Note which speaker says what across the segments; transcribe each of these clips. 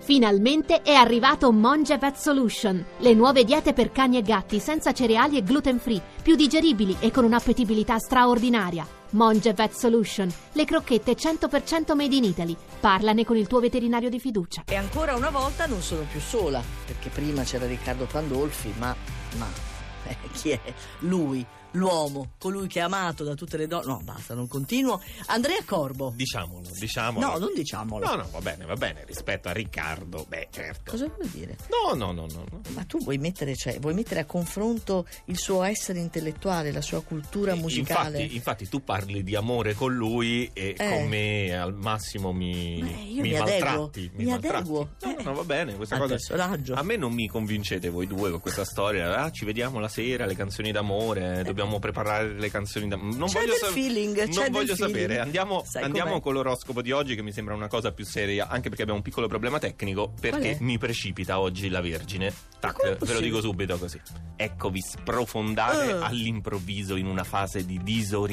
Speaker 1: Finalmente è arrivato Monge Vet Solution, le nuove diete per cani e gatti senza cereali e gluten free, più digeribili e con un'appetibilità straordinaria. Monge Vet Solution, le crocchette 100% made in Italy. Parlane con il tuo veterinario di fiducia.
Speaker 2: E ancora una volta non sono più sola, perché prima c'era Riccardo Pandolfi, ma, ma eh, chi è? Lui, l'uomo, colui che è amato da tutte le donne. No, basta, non continuo. Andrea Corbo.
Speaker 3: Diciamolo, diciamolo.
Speaker 2: No, non diciamolo.
Speaker 3: No, no, va bene, va bene. Rispetto a Riccardo, beh, certo.
Speaker 2: Cosa vuol dire?
Speaker 3: No, no, no, no. no.
Speaker 2: Ma tu vuoi mettere, cioè, vuoi mettere a confronto il suo essere intellettuale, la sua cultura
Speaker 3: Eh,
Speaker 2: musicale?
Speaker 3: Infatti, infatti tu parli di amore con lui e
Speaker 2: Eh.
Speaker 3: con me al massimo mi,
Speaker 2: Beh, io
Speaker 3: mi
Speaker 2: mi adeguo,
Speaker 3: maltratti.
Speaker 2: mi
Speaker 3: maltratti.
Speaker 2: adeguo,
Speaker 3: No,
Speaker 2: eh.
Speaker 3: no, no, va bene, questa
Speaker 2: Al
Speaker 3: cosa...
Speaker 2: personaggio.
Speaker 3: A me non mi convincete voi due con questa storia. Ah, ci vediamo la sera, le canzoni d'amore, dobbiamo preparare le canzoni d'amore. Non
Speaker 2: Eh. C'è
Speaker 3: voglio
Speaker 2: del
Speaker 3: sa-
Speaker 2: feeling,
Speaker 3: non
Speaker 2: c'è del
Speaker 3: voglio
Speaker 2: feeling.
Speaker 3: sapere. Andiamo,
Speaker 2: Sai
Speaker 3: andiamo
Speaker 2: com'è?
Speaker 3: con l'oroscopo di oggi, che mi sembra una cosa più seria, anche perché abbiamo un piccolo problema tecnico. Perché
Speaker 2: è?
Speaker 3: mi precipita oggi la Vergine.
Speaker 2: com'è
Speaker 3: Tac, ve lo
Speaker 2: possibile?
Speaker 3: dico subito così. Eccovi sprofondare
Speaker 2: Eh.
Speaker 3: all'improvviso in una fase di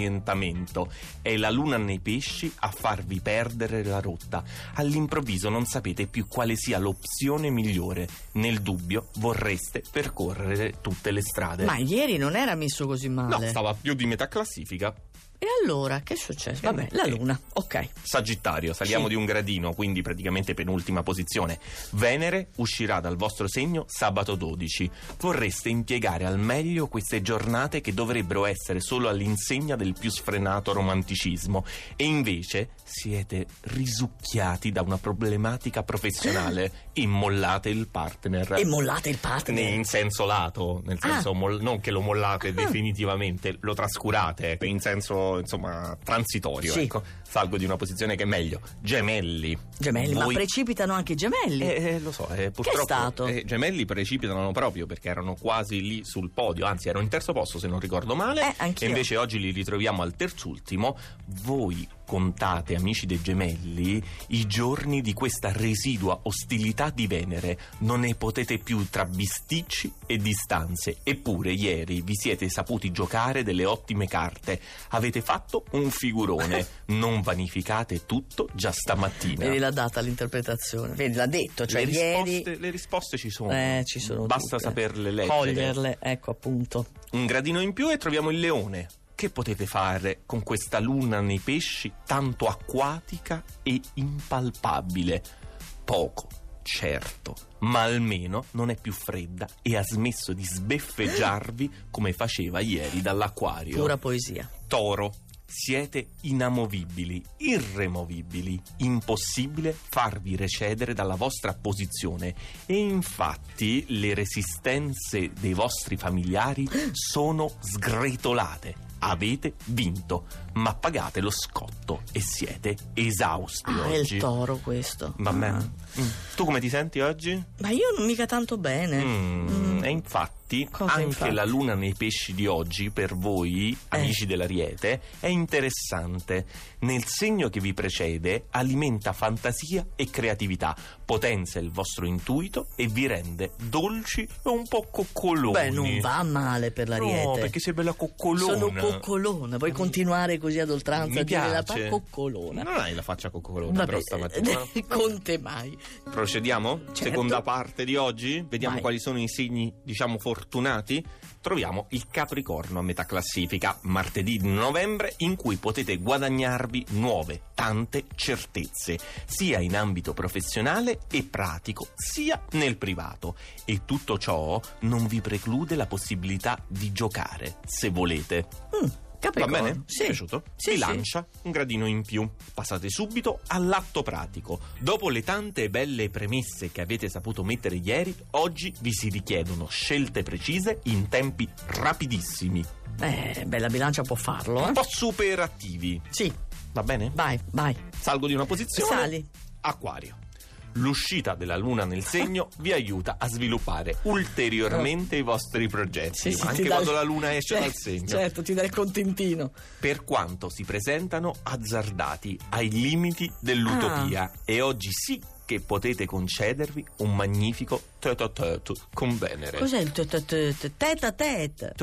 Speaker 3: disorientamento. È la luna nei pesci a farvi perdere la rotta. All'improvviso non sapete più quale sia l'opzione migliore. Nel dubbio vorreste percorrere tutte le strade.
Speaker 2: Ma ieri non era messo così
Speaker 3: No,
Speaker 2: male.
Speaker 3: stava più di metà classifica.
Speaker 2: E allora, che è successo?
Speaker 3: Eh,
Speaker 2: Vabbè, la luna, ok.
Speaker 3: Sagittario, saliamo
Speaker 2: Sì.
Speaker 3: di un gradino, quindi praticamente penultima posizione. Venere uscirà dal vostro segno sabato 12. Vorreste impiegare al meglio queste giornate che dovrebbero essere solo all'insegna del più sfrenato romanticismo e invece siete risucchiati da una problematica professionale. Immollate il partner.
Speaker 2: E mollate il partner.
Speaker 3: Ne- in senso lato, nel senso
Speaker 2: Ah.
Speaker 3: mol- non che lo mollate
Speaker 2: Ah.
Speaker 3: definitivamente, lo trascurate ecco, in senso insomma transitorio.
Speaker 2: Sì.
Speaker 3: Ecco. Salgo di una posizione che è meglio. Gemelli.
Speaker 2: Gemelli, ma
Speaker 3: Voi-
Speaker 2: precipitano anche i gemelli.
Speaker 3: Eh, eh, lo so, eh, purtroppo
Speaker 2: stato?
Speaker 3: eh, gemelli precipitano proprio perché erano quasi lì sul podio, anzi erano in terzo posto se non ricordo male,
Speaker 2: Eh, anch'io.
Speaker 3: e invece oggi li ritroviamo al terzultimo. Voi contate, amici dei gemelli, i giorni di questa residua ostilità di Venere, non ne potete più tra bisticci e distanze, eppure ieri vi siete saputi giocare delle ottime carte, avete fatto un figurone, non vanificate tutto già stamattina.
Speaker 2: Vedi l'ha data l'interpretazione. Vedi, l'ha detto, cioè
Speaker 3: le, risposte,
Speaker 2: ieri
Speaker 3: le risposte ci sono.
Speaker 2: Eh, ci sono
Speaker 3: Basta
Speaker 2: tutte.
Speaker 3: saperle leggere.
Speaker 2: coglierle, ecco appunto.
Speaker 3: Un gradino in più e troviamo il leone. Che potete fare con questa luna nei pesci tanto acquatica e impalpabile? Poco, certo, ma almeno non è più fredda e ha smesso di sbeffeggiarvi come faceva ieri dall'acquario.
Speaker 2: Pura poesia.
Speaker 3: Toro, siete inamovibili, irremovibili, impossibile farvi recedere dalla vostra posizione e infatti le resistenze dei vostri familiari sono sgretolate. Avete vinto, ma pagate lo scotto e siete esausti
Speaker 2: Ah, è
Speaker 3: oggi.
Speaker 2: il toro questo.
Speaker 3: Va bene.
Speaker 2: Ah.
Speaker 3: Mm. Tu come ti senti oggi?
Speaker 2: Ma io non mica tanto bene.
Speaker 3: Mm,
Speaker 2: Mm.
Speaker 3: E infatti
Speaker 2: Cosa
Speaker 3: anche
Speaker 2: infatti? Eh.
Speaker 3: la luna nei pesci di oggi, per voi, amici dell'Ariete, è interessante. Nel segno che vi precede alimenta fantasia e creatività, potenzia il vostro intuito e vi rende dolci e un po' coccoloni.
Speaker 2: Beh, non va male per l'ariete.
Speaker 3: No, perché sei bella coccolona.
Speaker 2: Sono coccolona. Vuoi continuare così ad oltranza
Speaker 3: Mi
Speaker 2: a dire la
Speaker 3: piace.
Speaker 2: pa- coccolona?
Speaker 3: Non hai la faccia coccolona
Speaker 2: Vabbè, eh,
Speaker 3: però stamattina.
Speaker 2: con te mai.
Speaker 3: Procediamo?
Speaker 2: Certo.
Speaker 3: Seconda parte di oggi? Vediamo
Speaker 2: Vai.
Speaker 3: quali sono i segni, diciamo, fortunati. Troviamo il Capricorno a metà classifica, martedì 9 novembre, in cui potete guadagnarvi nuove, tante certezze, sia in ambito professionale e pratico, sia nel privato. E tutto ciò non vi preclude la possibilità di giocare, se volete.
Speaker 2: Mm, Capricorno.
Speaker 3: Va bene?
Speaker 2: Sì.
Speaker 3: È piaciuto?
Speaker 2: Sì,
Speaker 3: si
Speaker 2: sì.
Speaker 3: lancia un gradino in più. Passate subito all'atto pratico. Dopo le tante belle premesse che avete saputo mettere ieri, oggi vi si richiedono scelte precise in tempi rapidissimi,
Speaker 2: Eh, beh, la bilancia può farlo,
Speaker 3: un
Speaker 2: eh.
Speaker 3: po' super attivi.
Speaker 2: Sì,
Speaker 3: Va bene?
Speaker 2: vai, vai.
Speaker 3: Salgo di una posizione.
Speaker 2: Sali.
Speaker 3: Acquario. L'uscita della luna nel segno vi aiuta a sviluppare ulteriormente i vostri progetti,
Speaker 2: Sì, sì,
Speaker 3: anche
Speaker 2: ti dà-
Speaker 3: quando la luna esce
Speaker 2: Eh,
Speaker 3: dal segno.
Speaker 2: Certo, ti dà il contentino.
Speaker 3: per
Speaker 2: Ah.
Speaker 3: quanto si presentano azzardati ai limiti dell'utopia. E oggi sì che potete concedervi un magnifico tete-a-tete con Venere.
Speaker 2: Cos'è il tete a tete?
Speaker 3: Tete-a-tete,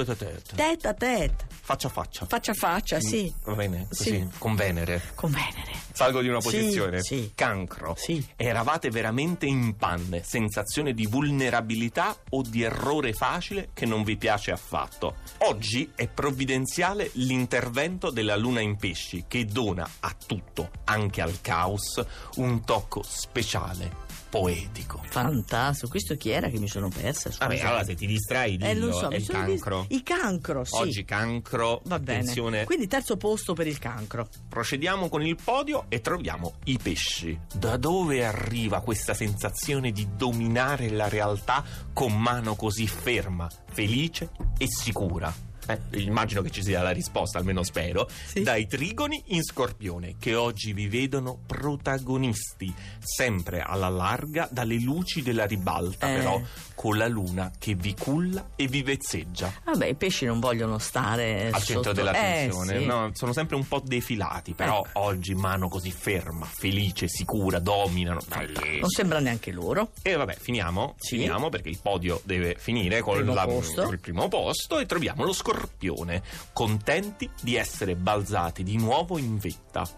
Speaker 2: Tete a tete.
Speaker 3: faccia a faccia.
Speaker 2: Faccia a
Speaker 3: Mm.
Speaker 2: faccia, sì.
Speaker 3: Va bene, così,
Speaker 2: Sì.
Speaker 3: con Venere.
Speaker 2: Con Venere.
Speaker 3: Salgo di una
Speaker 2: Sì,
Speaker 3: posizione.
Speaker 2: sì.
Speaker 3: Cancro.
Speaker 2: Sì.
Speaker 3: Eravate veramente in panne, sensazione di vulnerabilità o di errore facile che non vi piace affatto. Oggi è provvidenziale l'intervento della luna in pesci che dona a tutto, anche al caos, un tocco speciale, poetico. Ah,
Speaker 2: Fantastico. Questo chi era che mi sono persa? Scusa.
Speaker 4: Vabbè, allora se ti distrai, dillo,
Speaker 2: eh, non so,
Speaker 4: è
Speaker 2: mi
Speaker 4: il
Speaker 2: sono
Speaker 4: cancro.
Speaker 2: dis- Il cancro, sì.
Speaker 3: Oggi cancro,
Speaker 2: Va bene.
Speaker 3: attenzione,
Speaker 2: Quindi terzo posto per il cancro.
Speaker 3: procediamo con il podio e troviamo i pesci. Da dove arriva questa sensazione di dominare la realtà con mano così ferma, felice e sicura? Eh, immagino che ci sia la risposta, almeno spero.
Speaker 2: Sì.
Speaker 3: Dai trigoni in scorpione, che oggi vi vedono protagonisti, sempre alla larga dalle luci della ribalta,
Speaker 2: Eh.
Speaker 3: però con la luna che vi culla e vi vezzeggia
Speaker 2: Vabbè, i pesci non vogliono stare
Speaker 3: al centro
Speaker 2: sotto-
Speaker 3: dell'attenzione.
Speaker 2: Eh, sì.
Speaker 3: no? sono sempre un po' defilati, però
Speaker 2: Eh.
Speaker 3: oggi mano così ferma, felice, sicura, dominano. Bellissimo.
Speaker 2: Non sembra neanche loro.
Speaker 3: E vabbè, finiamo,
Speaker 2: Sì.
Speaker 3: finiamo perché il podio deve finire con
Speaker 2: Primo
Speaker 3: la-
Speaker 2: posto.
Speaker 3: il primo posto e troviamo lo scorpione, contenti di essere balzati di nuovo in vetta.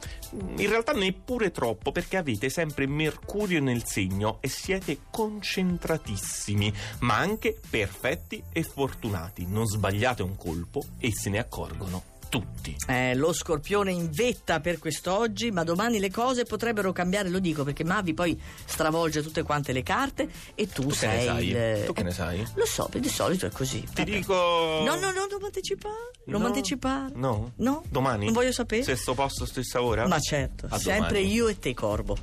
Speaker 3: In realtà neppure troppo perché avete sempre Mercurio nel segno e siete concentratissimi, ma anche perfetti e fortunati. Non sbagliate un colpo e se ne accorgono tutti.
Speaker 2: Eh, lo scorpione in vetta per quest'oggi, ma domani le cose potrebbero cambiare, lo dico, perché Mavi poi stravolge tutte quante le carte e tu,
Speaker 3: Tu che ne
Speaker 2: sei
Speaker 3: sai?
Speaker 2: il... eh,
Speaker 3: Tu che ne sai?
Speaker 2: Lo so, di solito è così.
Speaker 3: Ti
Speaker 2: Vabbè.
Speaker 3: dico...
Speaker 2: No, no, no, non anticipare. Non
Speaker 3: No.
Speaker 2: anticipare.
Speaker 3: No?
Speaker 2: No.
Speaker 3: Domani?
Speaker 2: Non voglio sapere.
Speaker 3: Stesso posto, stessa ora?
Speaker 2: Ma certo,
Speaker 3: A
Speaker 2: sempre
Speaker 3: domani.
Speaker 2: io e te, Corbo.